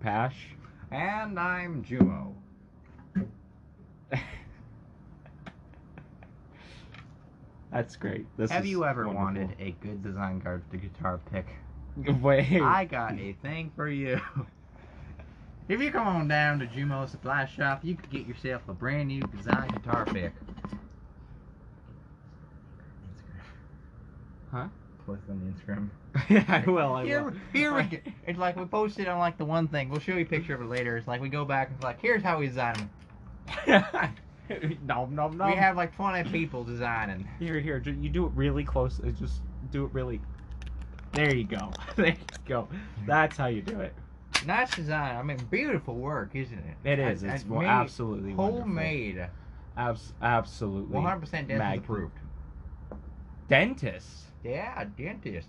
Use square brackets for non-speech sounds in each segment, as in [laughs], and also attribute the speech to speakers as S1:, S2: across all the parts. S1: Josh, and I'm Jumo. That's great. This
S2: Have
S1: is
S2: you ever
S1: wonderful.
S2: wanted a good design guard to guitar [laughs] pick?
S1: [laughs] Wait.
S2: I got a thing for you. [laughs] If you come on down to Jumo Supply Shop, you could get yourself a brand new design guitar pick.
S1: Huh?
S2: Post on [laughs] Instagram.
S1: I will. I
S2: Here,
S1: will.
S2: [laughs] here we go. It's like we posted on like the one thing. We'll show you a picture of it later. It's like we go back and it's like, here's how we designed them.
S1: [laughs] nom nom nom.
S2: We have like 20 people designing.
S1: Here, here. ju- You do it really close. uh, Just do it really. There you go. [laughs] there you go. That's how you do it.
S2: Nice design. I mean, beautiful work, isn't it?
S1: It is.
S2: And-
S1: It's
S2: and
S1: wo-
S2: made-
S1: absolutely wonderful.
S2: homemade.
S1: Abs- absolutely.
S2: 100% dentist
S1: Mag-
S2: approved.
S1: Dentists.
S2: Yeah, dentist.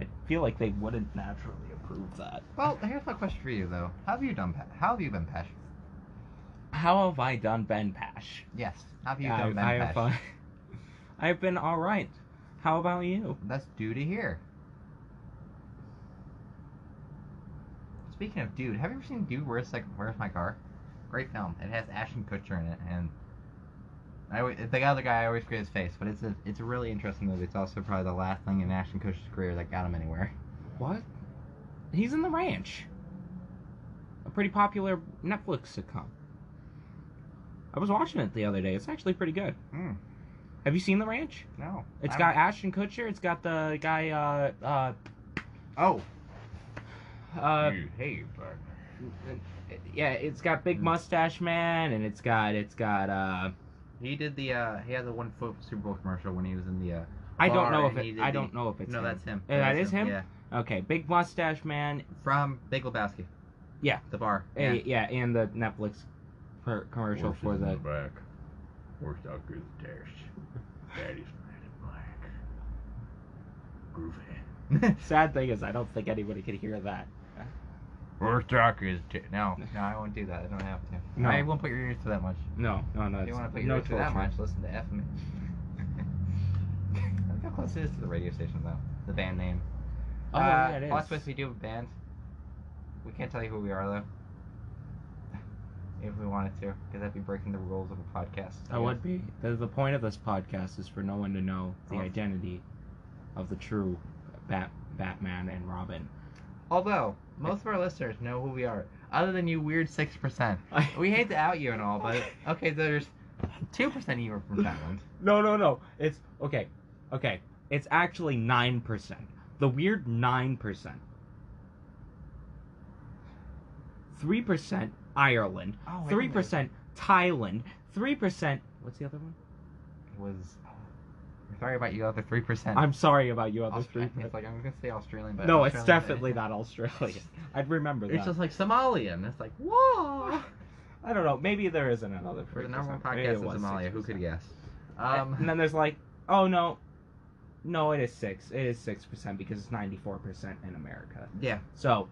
S1: I feel like they wouldn't naturally approve that.
S2: Well, here's my question for you though. How have you done? Pa- how have you been passionate?
S1: How have I done, Ben Pash?
S2: Yes. How have you
S1: I,
S2: done? been
S1: I have.
S2: passionate?
S1: uh, [laughs] I've been all right. How about you?
S2: That's due to hear. Speaking of dude, have you ever seen Dude? Where's like Where's My Car? Great film. It has Ashton Kutcher in it, and I always, the other guy I always forget his face, but it's a it's a really interesting movie. It's also probably the last thing in Ashton Kutcher's career that got him anywhere.
S1: What? He's in the ranch. A pretty popular Netflix sitcom. I was watching it the other day. It's actually pretty good.
S2: Hmm.
S1: Have you seen the ranch?
S2: No.
S1: It's
S2: I
S1: got Ashton Kutcher. It's got the guy. Uh. Uh.
S2: don't-
S1: uh
S2: Oh. hey, partner.
S1: Yeah. It's got
S2: Hmm.
S1: Big Mustache Man, and it's got. It's got. Uh.
S2: He did the uh he had the one foot Super Bowl commercial when he was in the uh
S1: I don't
S2: Bar
S1: know if
S2: and he
S1: it.
S2: did
S1: I
S2: the-
S1: don't know if it's.
S2: No,
S1: him.
S2: that's him.
S1: Uh, that
S2: That's
S1: is him.
S2: Yeah.
S1: Okay. Big Mustache Man.
S2: From Big Lebowski.
S1: Yeah.
S2: The bar.
S1: Yeah. yeah and the Netflix per- commercial
S3: Horses
S1: for
S3: in the
S1: the.
S3: back. Worked out through the terrace. Daddy's mad at black. Groovy.
S2: [laughs] Yeah.
S1: Sad thing is, I don't think anybody could hear that.
S2: Worst talkers. T- no, no, I won't do that. I don't have to.
S1: No.
S2: I won't put your ears to that much.
S1: No, no, no.
S2: If you
S1: it's-
S2: want to put your
S1: no
S2: ears to that
S1: torture.
S2: much, listen to FM. [laughs] Look how close it is to the radio station, though. The band name.
S1: Oh,
S2: uh,
S1: yeah, it is.
S2: all I'm supposed to do with bands. We can't tell you who we are, though. [laughs] If we wanted to, because that'd be breaking the rules of a podcast.
S1: I would be. The, the point of this podcast is for no one to know the
S2: Oh.
S1: identity of the true Bat, Batman and Robin.
S2: Although most of our listeners know who we are, other than you weird six percent.
S1: [laughs]
S2: We hate to out you and all, but okay, there's two percent of you are from
S1: [laughs]
S2: Thailand.
S1: No, no, no. It's okay. Okay. It's actually 9%. The weird 9%. 3% Ireland.
S2: Oh, wait a
S1: 3% Thailand. 3%. What's the other one?
S2: Was I'm sorry about you other three percent.
S1: [laughs] I'm sorry about you other
S2: Austra-
S1: 3%.
S2: it's like I'm gonna say Australian, but
S1: No, it's
S2: Australian-
S1: definitely not [laughs] Australian. I'd remember that.
S2: It's just like Somalian. It's like whoa.
S1: I don't know. Maybe there isn't another.
S2: For the number one
S1: 3%. Maybe
S2: podcast
S1: it
S2: in
S1: was
S2: Somalia, who could
S1: 6%.
S2: guess?
S1: and
S2: Um,
S1: then there's like, oh no, no, it is six. It is six percent because it's ninety four percent in America.
S2: yeah,
S1: So,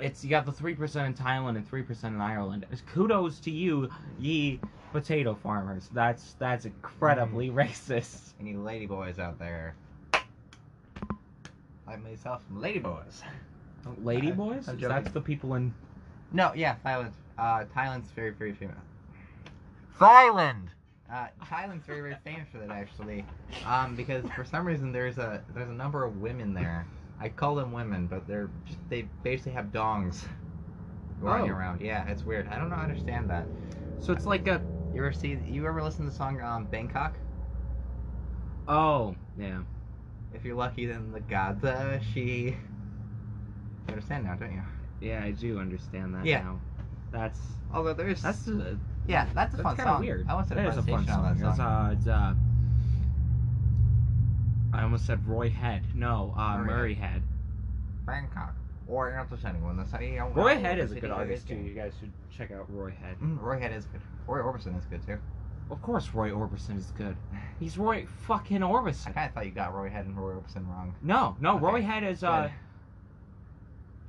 S1: it's you got the three percent in Thailand and three percent in Ireland. Kudos to you, ye potato farmers. That's that's incredibly [laughs] racist.
S2: any ladyboys out there? I myself, some ladyboys.
S1: Lady
S2: I-
S1: boys.
S2: I'm
S1: that's
S2: joking.
S1: the people in.
S2: No, yeah, Thailand. Uh, Thailand's very, very famous. Thailand. Uh, Thailand's very, very famous for that actually, um, because for some reason there's a there's a number of women there. I call them women, but they're just, they basically have dongs running
S1: Oh.
S2: around. Yeah, it's weird. I don't know, how to understand that.
S1: So it's like a.
S2: You ever see? You ever listen to the song um, Bangkok?
S1: Oh yeah.
S2: If you're lucky, then the gods uh, she. You understand now, don't you?
S1: Yeah, I do understand that
S2: Yeah.
S1: now. That's
S2: Although there's
S1: that's uh,
S2: yeah, that's a
S1: that's
S2: fun
S1: kinda
S2: song.
S1: Weird.
S2: I once did a
S1: That is a fun
S2: presentation on
S1: song.
S2: that
S1: It's,
S2: song.
S1: uh, it's, uh, I almost said Roy Head. No, uh,
S2: Murray
S1: Murray Head.
S2: Bangkok. Or Anthony Sunny when the Sunny.
S1: Roy Head is a good artist too. You guys should check out Roy Head.
S2: Mm, Roy Head is good. Roy Orbison is good too.
S1: Of course, Roy Orbison is good. He's Roy fucking Orbison.
S2: I kind of thought you got Roy Head and Roy Orbison wrong.
S1: No, no, Roy
S2: Okay,
S1: Head is uh.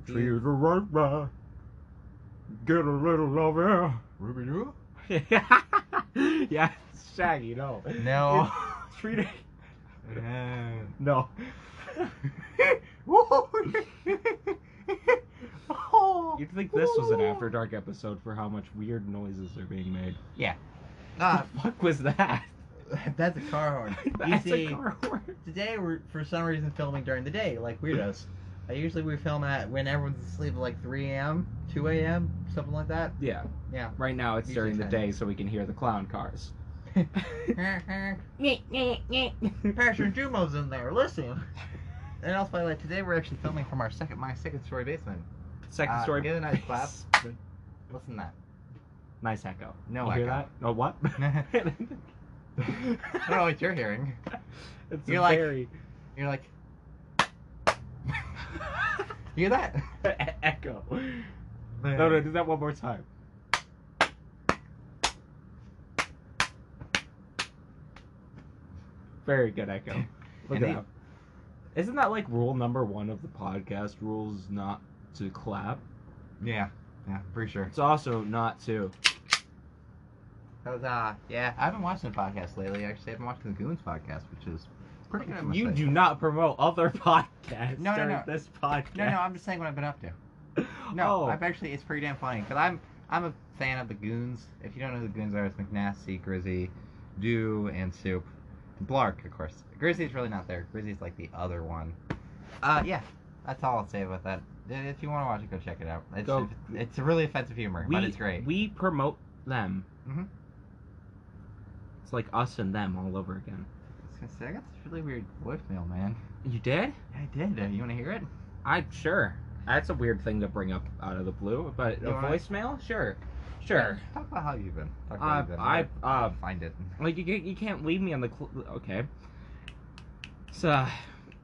S2: Good.
S1: right back. Get a little love here.
S2: Ruby Doo?
S1: [laughs] yeah, it's Shaggy. No,
S2: No.
S1: treat it.
S2: [laughs] No.
S1: No.
S2: [laughs] Woo!
S1: You'd think this was an After Dark episode for how much weird noises are being made. [laughs]
S2: Uh,
S1: the fuck was that?
S2: that's a car horn.
S1: [laughs] That's
S2: see-
S1: a car horn.
S2: Today we're for some reason filming during the day, like
S1: [laughs]
S2: weirdos. Uh, usually we film at when everyone's asleep, like 3 a.m., 2 a.m., something like that.
S1: Yeah.
S2: Yeah. [laughs]
S1: Right now it's
S2: Usually
S1: during the
S2: ten.
S1: day so we can hear the clown [laughs] cars.
S2: Passion Jumo's in there. Listen. And also, by the way, today we're actually filming from our second, my second story basement.
S1: Second
S2: Uh,
S1: story.
S2: give it a
S1: [laughs]
S2: nice clap. [laughs] Listen to
S1: Nice echo.
S2: No
S1: you hear
S2: echo.
S1: that? No [laughs] what?
S2: that. I don't know what you're hearing. [laughs]
S1: it's
S2: You're
S1: a
S2: like-
S1: [laughs] very
S2: You're like, [laughs] you hear that?
S1: e-, echo. No, no, do that one more time. Very good echo. Look
S2: And
S1: it
S2: the-
S1: up. Isn't that like rule number one of the podcast rules not to clap?
S2: Yeah, yeah, pretty sure.
S1: It's also not to.
S2: That was, uh, yeah, I haven't watched the podcast lately. Actually, I've been watching the Goons podcast, which is pretty good. I must
S1: You
S2: say.
S1: do not promote other [laughs] podcasts
S2: No, no,
S1: during
S2: no.
S1: this podcast. Oh,
S2: No, no, I'm just saying what I've been up to. No,
S1: No,
S2: I've actually it's pretty damn funny because I'm I'm a fan of the Goons. If you don't know who the Goons are, it's McNasty, Grizzy, Dew, and Soup, and Blark, of course. Grizzy's really not there. Grizzy's like the other one. Uh, yeah, that's all I'll say about that. I- If you want to watch it, go check it out. It's
S1: Go.
S2: it's a really offensive humor,
S1: we,
S2: but it's great.
S1: We promote them.
S2: Mhm.
S1: It's like us and them all over again.
S2: I was gonna say, I got this really weird voicemail, man.
S1: You did?
S2: I did. Uh, you want to hear it?
S1: I'm sure. That's a weird thing to bring up out of the blue, but
S2: You
S1: a
S2: wanna-
S1: voicemail? Sure. Sure.
S2: Talk about how you've been. Talk about how
S1: Uh,
S2: you've been.
S1: I, uh,
S2: find it.
S1: like, you, can't- you can't leave me on the. Cl- okay. So,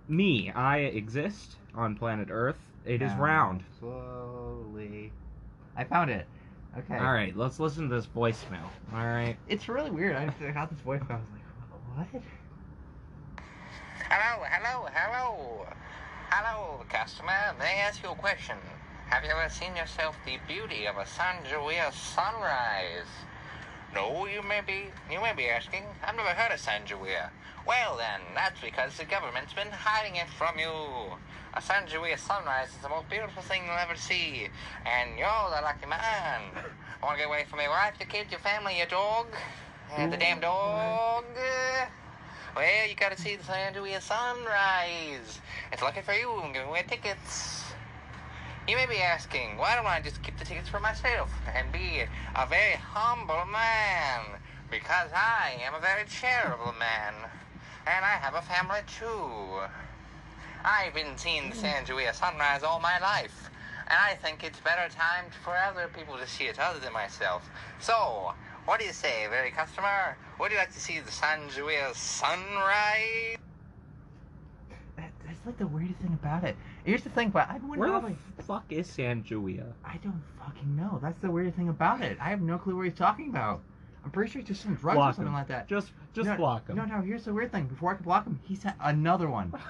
S1: me, I exist on planet Earth. It is
S2: Um,
S1: round.
S2: Slowly. I found it. Okay.
S1: All right, let's listen to this voicemail. All right.
S2: It's really weird. I I got this voicemail. I was like, what?
S4: Hello, hello, hello. Hello, customer. May I ask you a question? Have you ever seen yourself the beauty of a Sanjuia sunrise? No, you may be you may be asking. I've never heard of Sanjuia. Well then, that's because the government's been hiding it from you. A Sanjuia sunrise is the most beautiful thing you'll ever see. And you're the lucky man. Wanna get away from your wife, your kids, your family, your dog? And the damn dog. Well, you gotta see the San Andreas sunrise. It's lucky for you, I'm giving away tickets. You may be asking, why don't I just keep the tickets for myself and be a very humble man? Because I am a very charitable man. And I have a family too. I've been seeing the San Andreas sunrise all my life. And I think it's better time for other people to see it other than myself. So, what do you say, very customer? Would you like to see the San Andreas sunrise?
S2: That, that's like the weirdest thing about it. Here's the thing, but I wouldn't
S1: Where the
S2: normally-
S1: fuck is Sanjuia?
S2: I don't fucking know. That's the weirdest thing about it. I have no clue what he's talking about. I'm pretty sure it's just some drugs or
S1: Block
S2: something
S1: him.
S2: like that.
S1: Just, just
S2: no,
S1: block him.
S2: No, no. Here's the weird thing. Before I could block him, he sent another one.
S1: [laughs]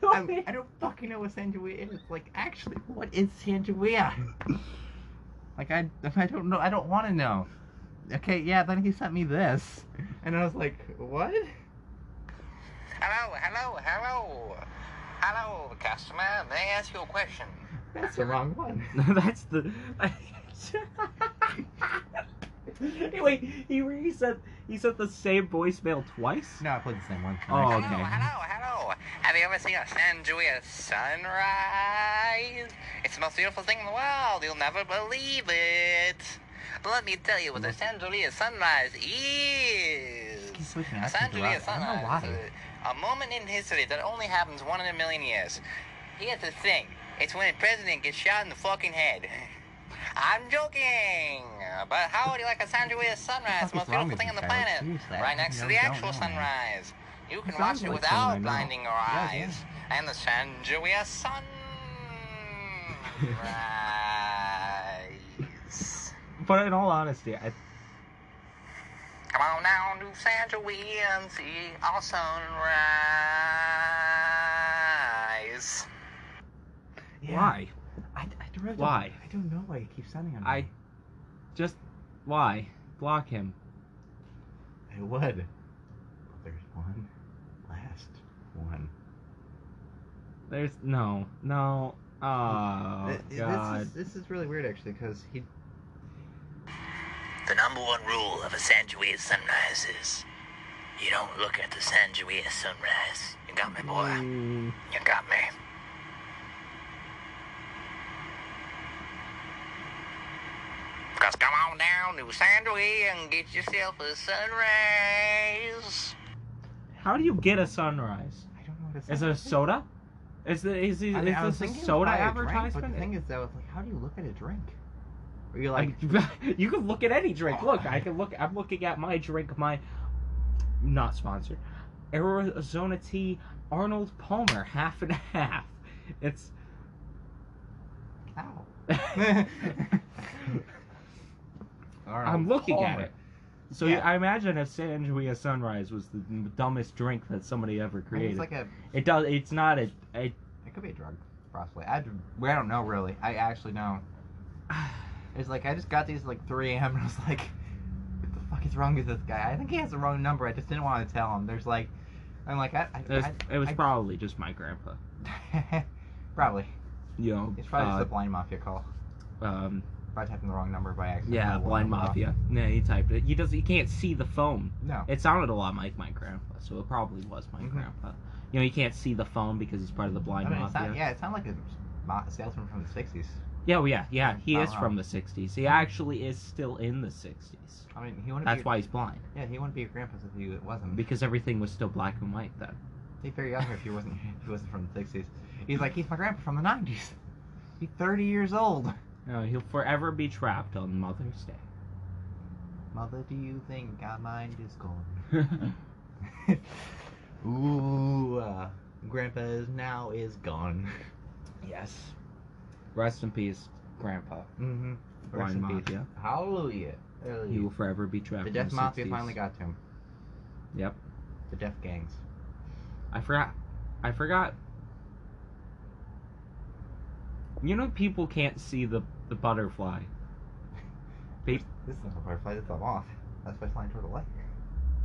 S2: But I, I don't fucking know what Sanjuia is. Like, actually, what is
S1: [laughs]
S2: Sanjuia? like, I, I don't know. I don't want to know. Okay, yeah, then he sent me this. And I was like, what?
S4: Hello, hello, hello. Hello, customer. May I ask you a question?
S2: That's the wrong one. [laughs]
S1: That's the. Wait, he, he said he sent the same voicemail twice.
S2: No, I played the same one.
S1: Oh,
S4: hello,
S1: okay.
S4: hello, hello. Have you ever seen a San Julia sunrise? It's the most beautiful thing in the world. You'll never believe it. But let me tell you what the San Julia sunrise
S2: Keep
S4: is.
S2: switching
S4: A
S2: accents
S4: San Julia
S2: around. I don't know
S4: sunrise
S2: why.
S4: is a, a moment in history that only happens one in a million years. Here's the thing. It's when a president gets shot in the fucking head. [laughs] I'm joking. But how would you like a San Julia sunrise?
S2: What the fuck is
S4: Most
S2: wrong with
S4: beautiful thing
S2: you
S4: on the
S2: guys?
S4: planet.
S2: Seriously, I
S4: Right
S2: don't
S4: next to
S2: know-
S4: the
S2: don't
S4: actual
S2: know.
S4: sunrise. You can
S1: sounds
S4: watch it
S1: like someone I
S4: without
S1: know.
S4: blinding your
S2: Yeah, yeah.
S4: eyes. And the San Julia
S2: [laughs] [laughs]
S4: sunrise.
S1: But in all honesty, I,
S4: Come on down to San Julia and see our sunrise.
S1: why?
S2: I, I really don't,
S1: Why?
S2: I don't know why he keeps sending them.
S1: I just why block him?
S2: I would. But there's one last one.
S1: There's no, no. Uh, Oh,
S2: Th- th-
S1: God.
S2: This is, this is really weird actually because he
S5: The number one rule of a San Juan sunrise is you don't look at the San Juan sunrise. You got me, boy.
S1: Mm,
S5: You got me.
S4: Because come on down to San Luis and get yourself a sunrise.
S1: How do you get a sunrise?
S2: I don't know what it's
S1: Is it a soda? Is, the, is, the,
S2: I mean, I was
S1: is this
S2: thinking
S1: a
S2: it was
S1: soda
S2: probably a drink,
S1: advertisement?
S2: but the thing is, that was like, how do you look at a drink? Were you like,
S1: Like [laughs] you can look at any drink. Look, I can look. I'm looking at my drink. My not sponsored. Arizona Tea. Arnold Palmer. Half and [laughs] half.
S2: [laughs]
S1: It's.
S2: ow?
S1: [laughs]
S2: [laughs]
S1: I'm looking at
S2: Palmer.
S1: it. So
S2: Yeah.
S1: I imagine if San Andreas Sunrise was the dumbest drink that somebody ever
S2: I mean,
S1: created.
S2: It's like a,
S1: it does. It's not a. a
S2: it could be a drug, possibly. I, d- I don't know really. I actually
S1: [sighs]
S2: don't. It's like I just got these like 3 a.m. and I was like, what the fuck is wrong with this guy? I think he has the wrong number. I just didn't want to tell him. There's like, I'm like, I,
S1: it
S2: I,
S1: was, it was
S2: I-
S1: probably just my grandpa.
S2: I [laughs] probably.
S1: You know.
S2: It's probably
S1: uh,
S2: just a blind mafia call.
S1: um,
S2: Probably typing the wrong number by accident.
S1: yeah,
S2: Pulled one
S1: blind
S2: number off.
S1: mafia. Yeah, he typed it. He does. He can't see the phone.
S2: No.
S1: It sounded a lot like my grandpa, so it probably was my
S2: Mhm.
S1: grandpa. You know, you can't see the phone because he's part of the blind
S2: I mean, it
S1: mafia.
S2: sound, yeah, it sounded like a ma- salesman from the 60s.
S1: yeah, well, yeah, yeah. He
S2: Oh,
S1: is
S2: wow. Mm-hmm.
S1: from the '60s. He actually is still in the '60s.
S2: I mean, he wouldn't
S1: That's
S2: be,
S1: why he's blind
S2: Yeah, he wouldn't be your grandpa if he wasn't.
S1: because everything was still black and white then.
S2: He'd figure you out if he wasn't [laughs] if he wasn't from the 60s. He's like, he's my grandpa from the 90s. [laughs] He's 30 years old.
S1: No, he'll forever be trapped on Mother's
S2: Mother, do you think I mind is gone? [laughs]
S1: Day.
S2: Ooh, uh, grandpa is now is [laughs] gone.
S1: yes. Rest in peace, Grandpa.
S2: Mm-hmm.
S1: Blind mafia.
S2: Hallelujah.
S1: He
S2: Hallelujah.
S1: will forever be trapped.
S2: The
S1: in
S2: death mafia
S1: 60s.
S2: finally got to him.
S1: Yep.
S2: The death gangs.
S1: I forgot. I forgot. You know, people can't see the
S2: [laughs]
S1: the butterfly. Pe-
S2: This is not a butterfly. This is a moth. That's why it's flying toward the light.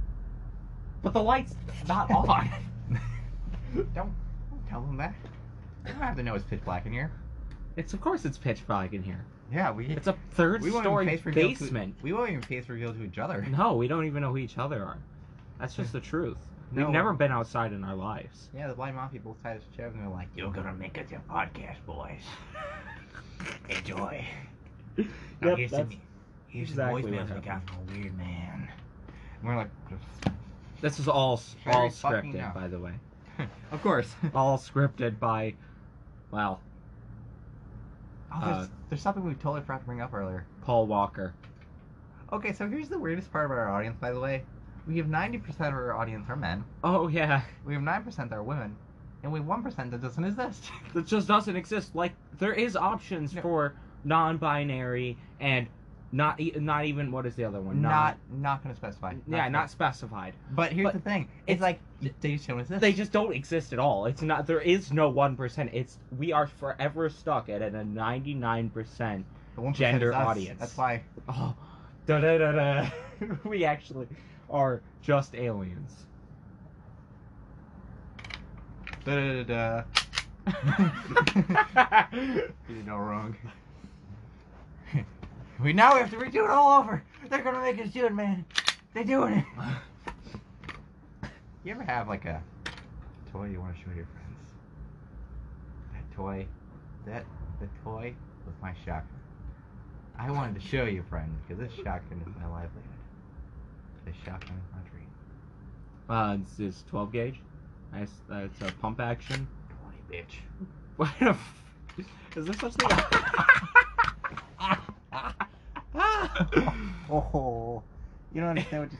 S2: [laughs]
S1: but the light's not on.
S2: [laughs] Don't, don't tell him [laughs] that. You don't have to know it's pitch black in here.
S1: it's of course it's pitch black in here.
S2: Yeah, we.
S1: It's a third
S2: we won't even
S1: story
S2: face reveal to-
S1: basement.
S2: we won't even face reveal to each other.
S1: No, we don't even know who each other are. That's just the truth.
S2: No.
S1: We've never been outside in our lives.
S2: Yeah, the blind mafia both sides of the chair and they're like, "You're gonna make us your podcast, boys. Enjoy." Now
S1: Yep,
S2: here's the,
S1: that's-
S2: me- here's
S1: exactly
S2: the
S1: what
S2: voicemails we got from a weird man. And we're like, [laughs]
S1: This is all
S2: Very
S1: all
S2: fucking
S1: scripted,
S2: no.
S1: by the way.
S2: of
S1: [laughs]
S2: course.
S1: All scripted by, well,
S2: Oh,
S1: uh,
S2: there's, there's something we totally forgot to bring up earlier.
S1: Paul Walker.
S2: Okay, so here's the weirdest part of our audience, by the way. We have 90% of our audience are men.
S1: Oh yeah,
S2: We have 9% that are women, and we have 1% that doesn't
S1: [laughs]
S2: exist.
S1: that just doesn't exist. Like there is options
S2: No.
S1: for non-binary and not e- not even what is the other one?
S2: not not gonna specify.
S1: yeah,
S2: gonna-
S1: not specified.
S2: But here's
S1: but
S2: the thing. It's,
S1: it's-
S2: like they just don't exist.
S1: They just don't exist at all. It's not. There is no one percent. It's we are forever stuck at a ninety-nine percent.
S2: The 1% is
S1: gender
S2: us.
S1: audience.
S2: That's why.
S1: Oh, da da da da. [laughs] we actually are just aliens. [laughs]
S2: Da da da You did no wrong. [laughs] we now have to redo it all over. They're gonna make us do it, man. They're doing it. You ever have like a toy you want to show your friends? That toy, that the toy was my shotgun. I wanted to show you, friend, because this shotgun is my livelihood. This shotgun is my dream.
S1: Uh, it's, it's 12 gauge. That's that's a pump action. [laughs]
S2: Toy, bitch.
S1: What the f- is there such thing?
S2: [laughs] Oh, you don't understand what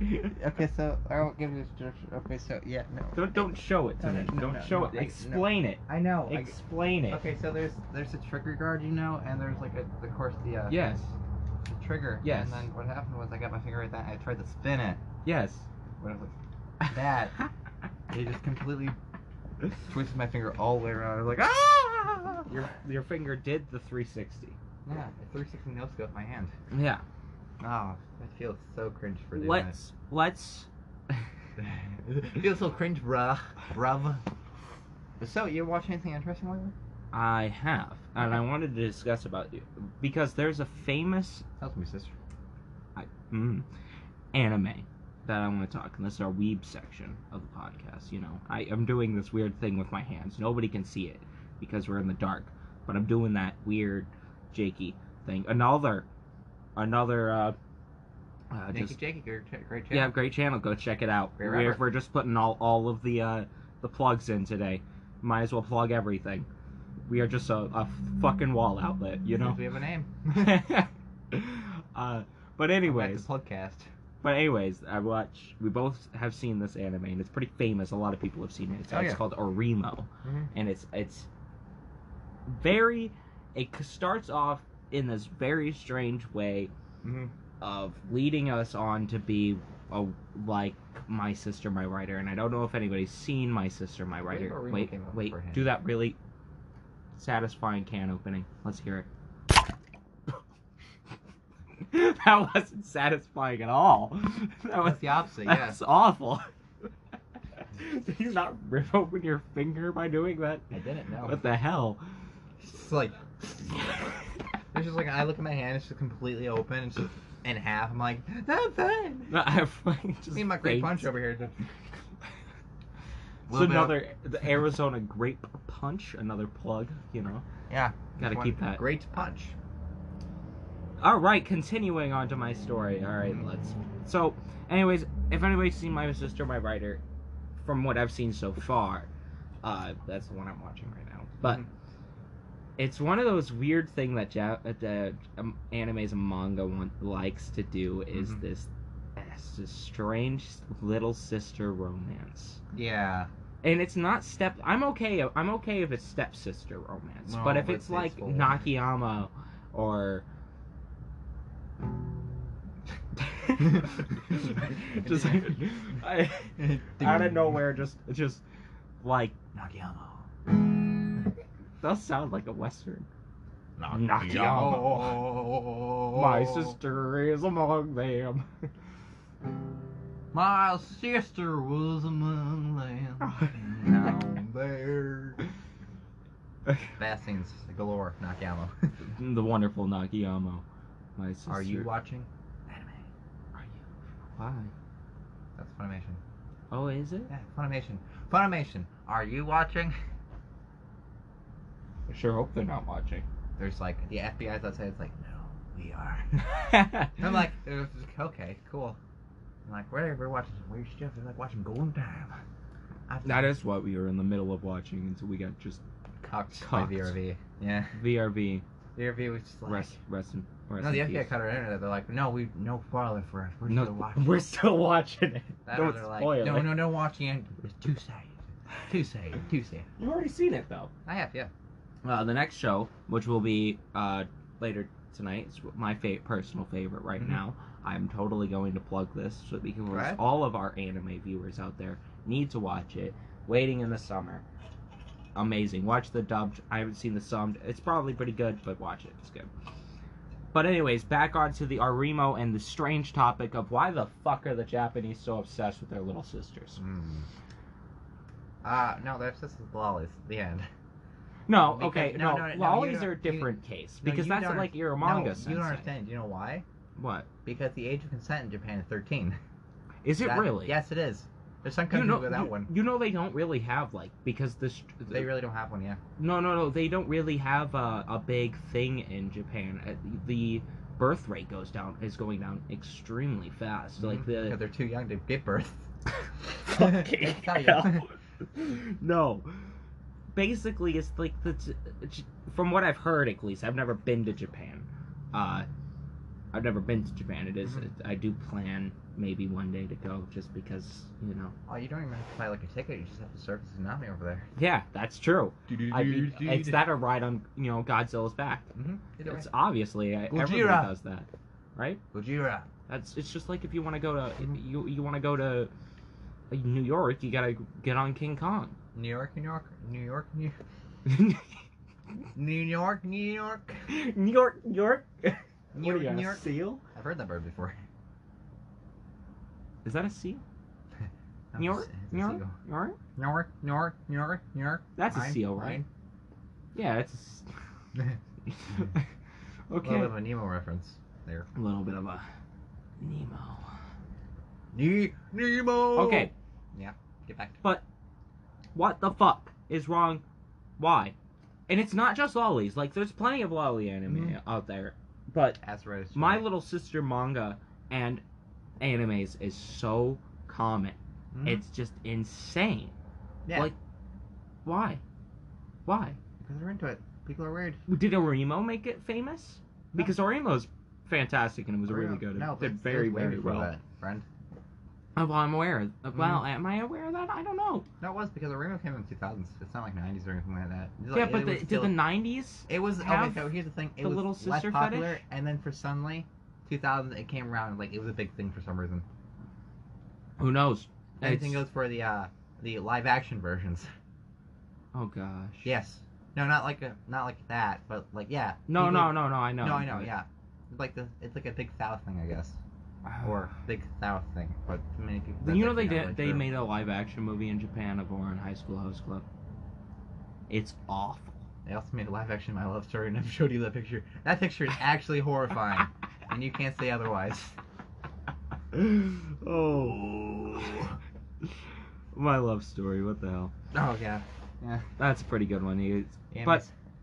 S2: you. Okay, so I won't give you this direction. Okay, so yeah, no.
S1: [laughs] don't don't show it to
S2: No, no,
S1: me.
S2: no,
S1: don't
S2: no,
S1: show
S2: no,
S1: it.
S2: I- no.
S1: Explain it.
S2: I know. I-
S1: Explain it.
S2: okay, so there's there's a trigger guard, you know, and there's like a of course the uh,
S1: Yes.
S2: the trigger.
S1: Yes.
S2: And then what happened was I got my finger at that and I tried to spin it.
S1: Yes.
S2: What if it-
S1: [laughs]
S2: that it just completely twisted my finger all the way around. I was like, ah!
S1: Your your finger did the 360.
S2: Yeah, a 360 no scope my hand.
S1: Yeah.
S2: Oh, I feel so cringe for doing [laughs]
S1: let's let's.
S2: Feels so cringe, bruh. Bruv. So, you're watching anything interesting lately?
S1: I have, and I wanted to discuss about you because there's a famous
S2: Sounds my sister.
S1: mm, anime that I want to talk. And this is our weeb section of the podcast. You know, I, I'm doing this weird thing with my hands. Nobody can see it because we're in the dark. But I'm doing that weird, jakey thing. Another, another. uh, uh
S2: Thank
S1: just,
S2: you, Jakey. Great, cha- great
S1: yeah,
S2: channel.
S1: great channel. Go check it out.
S2: Great
S1: we're,
S2: rapper.
S1: we're just putting all, all of the uh, the plugs in today. Might as well plug everything. We are just a, a fucking wall outlet,
S2: [laughs]
S1: you know. [laughs]
S2: We have a name.
S1: uh, but anyways,
S2: It's a podcast.
S1: but anyways, I watch. We both have seen this anime, and it's pretty famous. A lot of people have seen it. It's,
S2: Oh,
S1: it's
S2: yeah.
S1: called Oremo,
S2: Mhm.
S1: and it's it's very. It c- starts off in this very strange way
S2: Mm-hmm.
S1: of leading us on to be a like my sister, my writer, and I don't know if anybody's seen my sister, my
S2: believe
S1: writer.
S2: Oremo
S1: Wait,
S2: came out
S1: wait,
S2: beforehand.
S1: do that really satisfying can opening. Let's hear it. [laughs] that wasn't satisfying at all. [laughs] That was
S2: That's the opposite. Yeah.
S1: that's awful. [laughs] Did you not rip open your finger by doing that?
S2: I didn't know.
S1: What the hell? [laughs]
S2: It's like it's just like I look at my hand. It's just completely open. It's just in half. I'm like, that's it.
S1: I fucking [laughs] just
S2: See my great
S1: faint.
S2: punch over here.
S1: It's
S2: Little bit of-
S1: another the Arizona grape punch, another plug, you know.
S2: Yeah.
S1: Gotta
S2: One
S1: keep that.
S2: Great punch.
S1: All right, continuing on to my story. All
S2: Hmm.
S1: right, let's. So, anyways, if anybody's seen my sister, my writer, from what I've seen so far, uh, that's the one I'm watching right now. But
S2: Mhm.
S1: it's one of those weird thing that ja- uh, the um, animes and manga want, likes to do is
S2: Mhm.
S1: this, it's this strange little sister romance.
S2: [laughs] Yeah.
S1: and it's not step i'm okay i'm okay if it's stepsister romance
S2: No,
S1: but if
S2: but
S1: it's
S2: it's
S1: like
S2: full.
S1: nakayama or [laughs]
S2: [laughs]
S1: just like, I, out of nowhere just just like
S2: Nakayama.
S1: does sound like a western
S3: Knock,
S1: Knock
S3: me
S1: you
S3: off.
S1: out.
S2: Oh.
S1: my sister is among them [laughs]
S2: My sister was among
S1: [laughs]
S2: them. Now there. That scene's galore. Nakayama.
S1: the wonderful nakayama my
S2: [laughs]
S1: sister
S2: Are you watching anime?
S1: are you why
S2: That's Funimation.
S1: oh is it
S2: Yeah, Funimation. Funimation. Are you watching?
S1: i sure hope they're not [laughs] watching
S2: There's like the FBI's outside. It's like, no, we are. And I'm like, it was just, okay, cool. I'm like, we're, we're watching some weird stuff. They're like watching Golden Time. I've
S1: That is what we were in the middle of watching until we got just
S2: cocked,
S1: Cocked.
S2: by VRV. Yeah,
S1: VRV.
S2: VRV was just like.
S1: Rest, rest, in, rest.
S2: No, the
S1: in peace.
S2: FBI cut our internet. They're like, no, we no spoiler for us. We're
S1: No,
S2: still watching.
S1: we're still watching it.
S2: That
S1: Don't
S2: they're like,
S1: spoil
S2: no,
S1: it.
S2: no, no, watching it. It's too sad. Too sad. Too sad.
S1: You've already seen it though.
S2: I have, yeah.
S1: Uh, the next show, which will be uh, later tonight, it's my fa- personal favorite right
S2: Mhm.
S1: now. I'm totally going to plug this so because
S2: Right.
S1: all of our anime viewers out there need to watch it. Waiting in the summer, amazing. Watch the dubbed. I haven't seen the subbed. It's probably pretty good, but watch it. It's good. But anyways, back onto the Arimo and the strange topic of why the fuck are the Japanese so obsessed with their little sisters?
S2: Mm. Uh, no, that's just lollies. The end.
S1: No,
S2: Because-
S1: okay,
S2: no,
S1: no,
S2: no, no, you
S1: lollies
S2: don't-
S1: are a
S2: you-
S1: different case
S2: no,
S1: because
S2: you
S1: that's
S2: don't
S1: like your
S2: no,
S1: manga.
S2: you don't
S1: sensei.
S2: understand. You know why?
S1: What
S2: Because the age of consent in Japan is 13.
S1: is it
S2: That-
S1: really?
S2: Yes, it is. There's some
S1: You
S2: countries
S1: know,
S2: without
S1: you,
S2: one.
S1: you know they don't really have like because this.
S2: They really don't have one, yeah.
S1: no, no, no. They don't really have a, a big thing in Japan. Uh, The birth rate goes down is going down extremely fast. Like
S2: Mhm.
S1: the
S2: Because they're too young to give
S1: [laughs]
S2: birth. [laughs]
S1: Fucking
S2: That's how you-
S1: hell. [gasps] no. Basically, it's like the J- from what I've heard at least. I've never been to Japan. Uh, I've never been to Japan. It is-
S2: Mhm.
S1: I do plan maybe one day to go, just because you know.
S2: [laughs] Oh, you don't even have to buy like a ticket. You just have to surf the tsunami over there.
S1: Yeah, that's true. I mean,
S3: Do-do-do-do-do.
S2: [laughs]
S1: it's that a ride on you know Godzilla's back.
S2: Mm-hmm. Either
S1: It's
S2: way.
S1: obviously I, everybody
S2: Gojira.
S1: does that, right?
S2: Gojira.
S1: That's it's just like if you want to go to
S2: Mm-hmm.
S1: you you want to go to New York, you gotta get on King Kong. [laughs]
S2: New York, New York, New York, New New York, New York.
S1: New York, New York. [laughs]
S2: New
S1: Oh,
S2: York, New York.
S1: seal?
S2: I've heard that word before.
S1: Is that a seal?
S2: That
S1: New
S2: was-
S1: York,
S2: it's a
S1: New York,
S2: seagull.
S1: New York.
S2: New York, New York, New York, New York.
S1: That's a
S2: Mine,
S1: seal, right?
S2: mine.
S1: Yeah, [laughs] it's
S2: [laughs] A Mm-hmm. little
S1: okay.
S2: bit of a Nemo reference there.
S1: A little bit of a Nemo.
S2: Ne- Nemo.
S1: Okay,
S2: Get back. to
S1: what the fuck is wrong? Why? And it's not just lollies. Like, there's plenty of lolly anime
S2: Mhm.
S1: out there, but
S2: Asteroids.
S1: My Little Sister manga and animes is so common.
S2: Mhm.
S1: It's just insane.
S2: yeah.
S1: Like, why? Why?
S2: Because we're into it. People are weird.
S1: Did Oremo make it famous? Because Oremo's fantastic and it was really good. It
S2: No, but
S1: did
S2: it's- it
S1: very,
S2: was way
S1: very
S2: before
S1: well.
S2: That, friend.
S1: Oh, well, I'm aware. of- Well,
S2: Mhm.
S1: am I aware of that? I don't know.
S2: No, it was because Oremo came in the 2000s. It's not like 90s or anything like that. It's
S1: yeah,
S2: like-
S1: but
S2: it
S1: the,
S2: was
S1: did
S2: still-
S1: the 90s?
S2: It was okay.
S1: have
S2: So here's the thing. It
S1: the
S2: was
S1: little
S2: less
S1: sister
S2: popular,
S1: fetish?
S2: and then for suddenly, 2000, it came around. Like it was a big thing for some reason.
S1: Who knows?
S2: Anything
S1: It's-
S2: goes for the uh the live action versions. [laughs]
S1: Oh, gosh.
S2: Yes. No, not like a not like that, but like yeah.
S1: No,
S2: people-
S1: no, no, no, I know.
S2: No, I know.
S1: but-
S2: Yeah. It's like the it's like a big south thing, I guess,
S1: Ah.
S2: or big south thing. But many people.
S1: Then you know
S2: that's actually
S1: they did,
S2: not
S1: they
S2: really
S1: made a live action movie in Japan of Orin High School Host Club. It's awful. [laughs]
S2: true. They also made a live action My Love Story, and I've showed you that picture. That picture is actually
S1: [laughs]
S2: horrifying, and you can't say otherwise.
S1: oh. My love story, what the hell?
S2: Oh yeah.
S1: That's a pretty good one. You-
S2: yeah
S1: But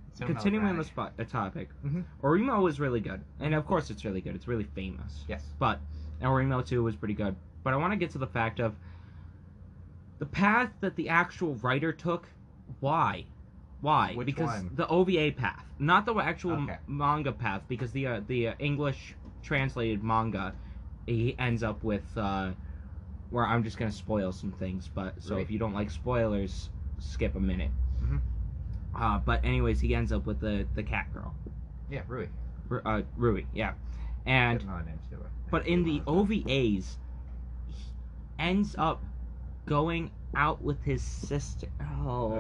S2: it's so
S1: continuing on the
S2: melodramatic.
S1: spot, a topic.
S2: Mhm.
S1: Orimo is really good. And of course it's really good. It's really famous.
S2: Yes.
S1: But and Orimo 2 was pretty good. But I want to get to the fact of the path that the actual writer took. Why? Why?
S2: Which
S1: because
S2: one?
S1: the OVA path, not the actual m-
S2: Okay.
S1: manga path, because the uh, the uh, English translated manga, he ends up with uh, where I'm just gonna spoil some things. But so if
S2: Right.
S1: you don't like spoilers, skip a minute.
S2: Mhm.
S1: Uh, but anyways, he ends up with the the cat girl,
S2: Yeah, Rui.
S1: Ru- uh, Rui. Yeah, and
S2: That's not a name too.
S1: but in the OVAs, he ends up going out with his sister. Oh,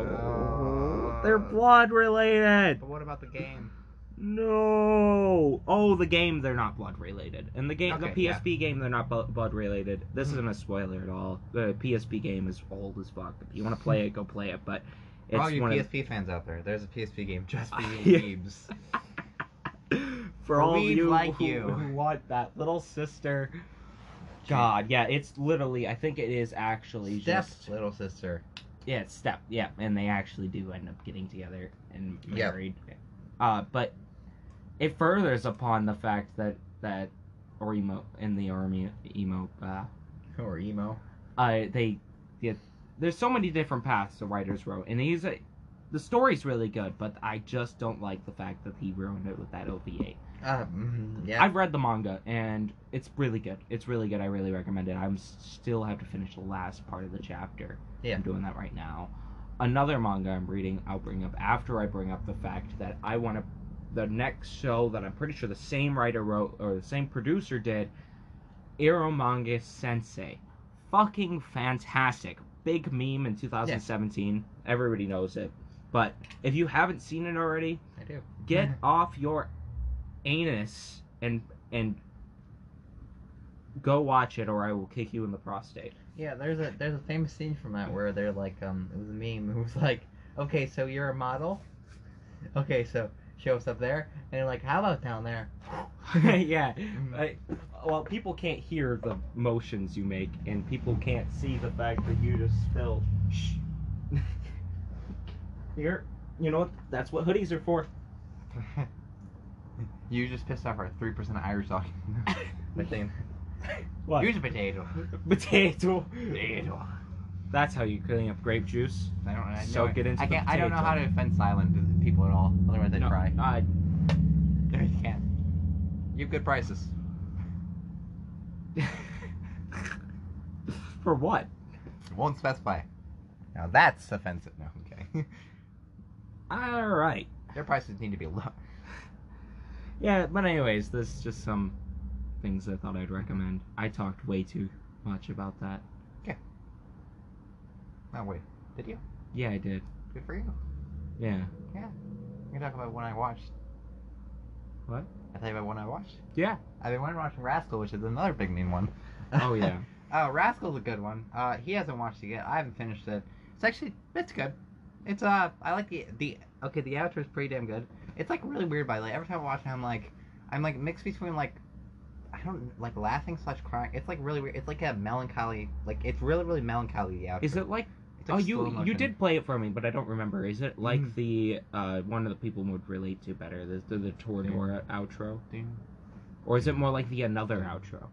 S2: Uh.
S1: they're blood related.
S2: But what about the game?
S1: No. Oh, the game they're not blood related. And the game,
S2: Okay,
S1: the
S2: yeah.
S1: PSP game, they're not bu- blood related. This
S2: Hmm.
S1: isn't a spoiler at all. The PSP game is old as fuck. If you want to play it, go play it. But
S2: For
S1: it's
S2: all Oh, you
S1: one
S2: PSP fans out there, there's a PSP game
S1: [laughs]
S2: just for
S1: Yeah.
S2: you weebs.
S1: of [laughs] for all
S2: weebs
S1: you
S2: like
S1: who,
S2: you.
S1: who [laughs] want that little sister. God, yeah, it's literally. I think it is actually
S2: Step
S1: just
S2: little sister.
S1: yeah, it's step yeah, and they actually do end up getting together and
S2: Yep.
S1: married. Uh, but it furthers upon the fact that that Orimo in the army emo uh,
S2: Or emo.
S1: uh, they yeah, there's so many different paths the writers wrote, and he's a, the story's really good, but I just don't like the fact that he ruined it with that OVA.
S2: Uh, mm, yeah.
S1: I've read the manga and it's really good. It's really good. I really recommend it. I'm s- still have to finish the last part of the chapter.
S2: Yeah.
S1: I'm doing that right now. Another manga I'm reading, I'll bring up after I bring up the fact that I want to the next show that I'm pretty sure the same writer wrote or the same producer did, Iromanga Sensei. Fucking fantastic. Big meme in 2017. Everybody knows it. But if you haven't seen it already,
S2: I do.
S1: get off your anus and and go watch it or I will kick you in the prostate.
S2: Yeah, there's a there's a famous scene from that where they're like, um, it was a meme. It was like, okay, so you're a model. Okay, so show us up there, and they're like, how about down there?
S1: [laughs] [laughs] yeah. Mm-hmm. I- well, people can't hear the motions you make and people can't see the fact that you just spilled. Shh. [laughs] You're, you know what? That's what hoodies are for.
S2: [laughs] you just pissed off our three percent Irish [laughs] dog. Methane.
S1: What?
S2: [laughs] Use a potato.
S1: [laughs] potato.
S2: Potato.
S1: That's how you clean up grape juice.
S2: I don't. I
S1: Soak
S2: know-
S1: it into
S2: I
S1: the
S2: can't. I don't know
S1: potato.
S2: how to offend silent people at all. Otherwise, I'd
S1: No,
S2: cry.
S1: I-
S2: [laughs] No, you can't. You have good prices. [laughs]
S1: for what?
S2: Won't specify. Now that's offensive. No, okay. [laughs]
S1: All right.
S2: Their prices need to be low.
S1: Yeah, but anyways, there's just some things I thought I'd recommend. I talked way too much about that.
S2: Oh wait, did you?
S1: Yeah, I did.
S2: Good for you.
S1: Yeah.
S2: You can talk about when I watched.
S1: What?
S2: I tell you about when I watched.
S1: Yeah.
S2: I've been wanting to watch Rascal, which is another big mean one. [laughs]
S1: Oh [laughs] yeah.
S2: Oh, Rascal's a good one. Uh, he hasn't watched it yet. I haven't finished it. It's actually it's good. It's uh, I like the the okay, the outro is pretty damn good. It's like really weird by like every time I watch it, I'm like, I'm like mixed between like, I don't like laughing slash crying. It's like really weird. It's like a melancholy. Like it's really really melancholy. The outro.
S1: Is it like
S2: It's,
S1: oh
S2: like, slow
S1: you you
S2: motion.
S1: did play it for me, but I don't remember. Is it like
S2: Mhm.
S1: the uh, one of the people would relate to better the the, the Toradora outro,
S2: Ding.
S1: or is it more like the another outro?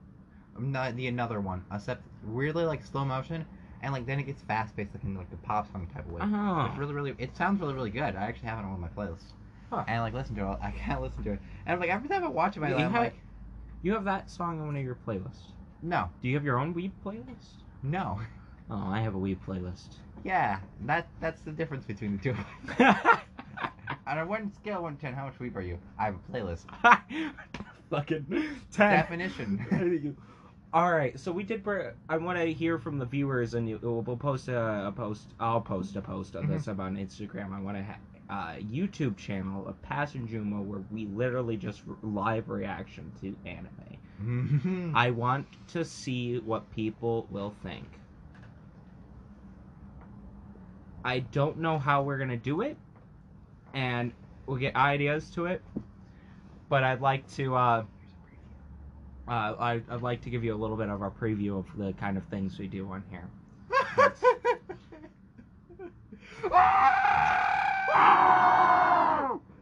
S2: No, the another one. Except weirdly like slow motion, and like then it gets fast paced like in like the pop song type of way. It's
S1: Oh,
S2: really, really. It sounds really, really good. I actually have it on one of my playlists.
S1: Huh.
S2: And like listen to it, I can't [laughs] listen to it. And like every time I watch it,
S1: You
S2: I'm
S1: have-
S2: like,
S1: you have that song on one of your playlists.
S2: no,
S1: Do you have your own weed playlist?
S2: no, [laughs]
S1: Oh, I have a weed [laughs] playlist.
S2: yeah. That that's the difference between the two. of us. [laughs] On a one scale, one to ten, how much weep are you? I have a playlist.
S1: [laughs] Fucking ten. [laughs]
S2: Definition.
S1: All right, so we did. Br- I want to hear from the viewers, and you, we'll, we'll post a, a post. I'll post a post of this up on Instagram. I want to ha- uh, YouTube channel of Passion Juma where we literally just r- live reaction to anime. [laughs] I want to see what people will think. I don't know how we're gonna do it, and we'll get ideas to it. But I'd like to, uh, uh, I, I'd like to give you a little bit of our preview of the kind of things we do on here.
S2: [laughs]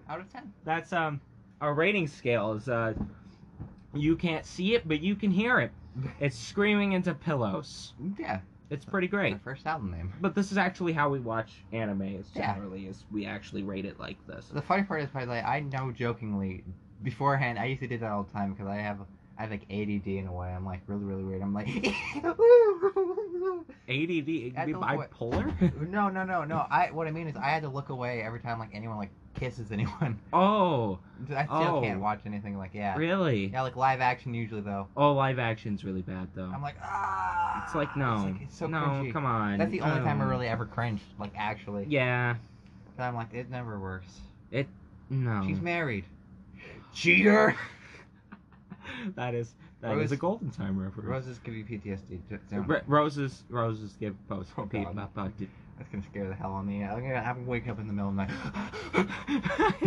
S2: Out of ten.
S1: That's um, our rating scale is uh, you can't see it, but you can hear it. It's screaming into pillows.
S2: Yeah.
S1: It's pretty great.
S2: My first album name.
S1: But this is actually how we watch anime is
S2: Yeah.
S1: generally is we actually rate it like this.
S2: The funny part is, by the way, I know jokingly beforehand. I used to do that all the time because I have I have like ADD in a way. I'm like really really weird. I'm like [laughs]
S1: ADD it could
S2: At
S1: be
S2: the point-
S1: bipolar. [laughs]
S2: no no no no. I what I mean is I had to look away every time like anyone like kisses [laughs] anyone.
S1: oh,
S2: I still
S1: Oh.
S2: can't watch anything like yeah
S1: really?
S2: yeah like live action usually though.
S1: Oh, live action's really bad though.
S2: I'm like ah.
S1: it's like no,
S2: It's, like, it's so
S1: no,
S2: cringy.
S1: come on.
S2: That's the only time I
S1: Oh.
S2: really ever cringed like actually.
S1: Yeah,
S2: But I'm like it never works.
S1: no.
S2: She's married. Cheater.
S1: [laughs] that is that is
S2: Rose-
S1: a golden time reference.
S2: Roses could be PTSD. just don't.
S1: Ro- roses, roses give post.
S2: Oh,
S1: pe-
S2: God.
S1: bu- bu-
S2: That's gonna scare the hell out of me. I'm gonna have to wake up in the middle of the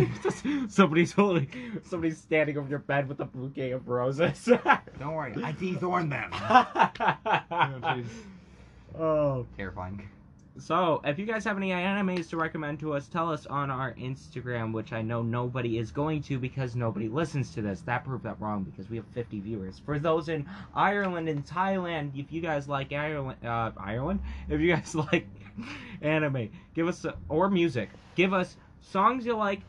S1: [gasps]
S2: night.
S1: [laughs] Just- somebody's holding, somebody's standing over your bed with a bouquet of
S2: [laughs]
S1: roses. [laughs]
S2: Don't worry, I dethorned them. jeez.
S1: oh.
S2: Terrifying.
S1: So, if you guys have any animes to recommend to us, tell us on our Instagram, which I know nobody is going to because nobody listens to this. That proved that wrong because we have 50 viewers. For those in Ireland and Thailand, if you guys like Ireland, uh, Ireland, [laughs] if you guys like anime, give us or music, give us songs you like,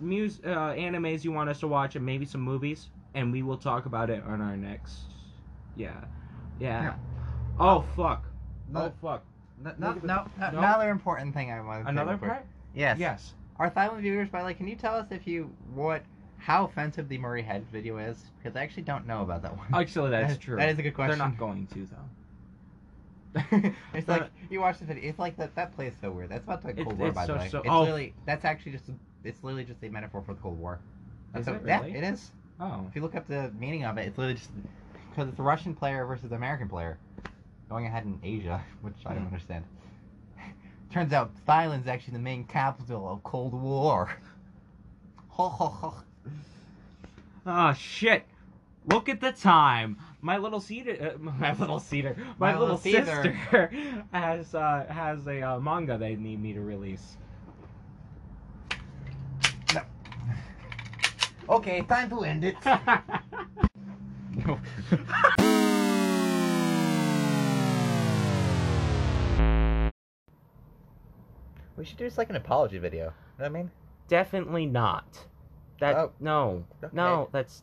S1: mus uh, animes you want us to watch, and maybe some movies, and we will talk about it on our next. Yeah, yeah.
S2: Yeah.
S1: Oh fuck. Oh
S2: No,
S1: fuck.
S2: no,
S1: no,
S2: no,
S1: no, no.
S2: Another important thing I want to
S1: Another
S2: part.
S1: part?
S2: Yes.
S1: [laughs] Yes.
S2: Our Thailand viewers, by the way, can you tell us if you what how offensive the Murray Head video is? Because I actually don't know about that one.
S1: Actually, that's
S2: That-
S1: true.
S2: That is a good question.
S1: They're not going to though.
S2: [laughs] it's
S1: They're
S2: like
S1: [laughs]
S2: you watch the video. It's like that. That plays so weird. That's about the
S1: It's-
S2: Cold War,
S1: it's
S2: by
S1: so-
S2: the way.
S1: so-
S2: it's
S1: oh.
S2: literally that's actually just a, it's literally just a metaphor for the Cold War. That's
S1: Is
S2: a,
S1: it really?
S2: Yeah, it is.
S1: Oh.
S2: If you look up the meaning of it, it's literally just because it's a Russian player versus the American player going ahead in Asia, [laughs] which I don't understand. [laughs] Turns out Thailand's actually the main capital of Cold War. [laughs] Ho ho ho.
S1: Oh shit! Look at the time. My little cedar, uh, [laughs] my little cedar, my,
S2: My
S1: little,
S2: little cedar.
S1: sister [laughs] has uh, has a uh, manga they need me to release. [laughs]
S2: Okay, time to end [laughs] it. we should do just like an apology video. You know what I mean?
S1: Definitely not. That
S2: Oh.
S1: no,
S2: Okay.
S1: no. That's.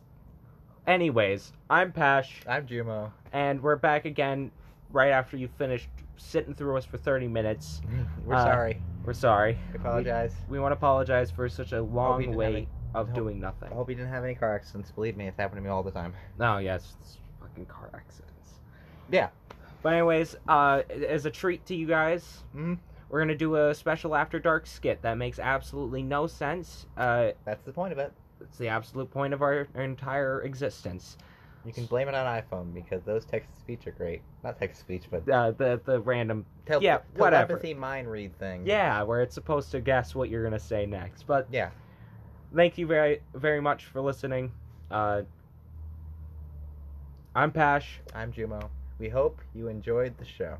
S1: Anyways, I'm Pash,
S2: I'm Jumo.
S1: and we're back again right after you finished sitting through us for 30 minutes.
S2: Mm, We're
S1: Uh,
S2: sorry.
S1: We're sorry.
S2: We apologize.
S1: We want to apologize for such a long
S2: Oh, didn't have Oh.
S1: wait
S2: any-
S1: of
S2: hope-
S1: doing
S2: I
S1: nothing.
S2: hope you didn't have any car accidents. Believe me, it's happened to me all the time.
S1: No, yeah, it's, it's fucking car accidents.
S2: Yeah.
S1: But anyways, uh, as a treat to you guys,
S2: Mhm.
S1: we're gonna do a special After Dark skit that makes absolutely no sense. Uh,
S2: That's the point of it.
S1: it's the absolute point of our, our entire existence.
S2: You can blame it on iPhone because those text to speech are great. Not text to speech, but
S1: Uh, the the random
S2: tele-
S1: Yeah, whatever.
S2: telepathy mind read thing.
S1: yeah, where it's supposed to guess what you're gonna say next. But
S2: Yeah.
S1: thank you very very much for listening. Uh, I'm Pash.
S2: I'm Jumo. We hope you enjoyed the show.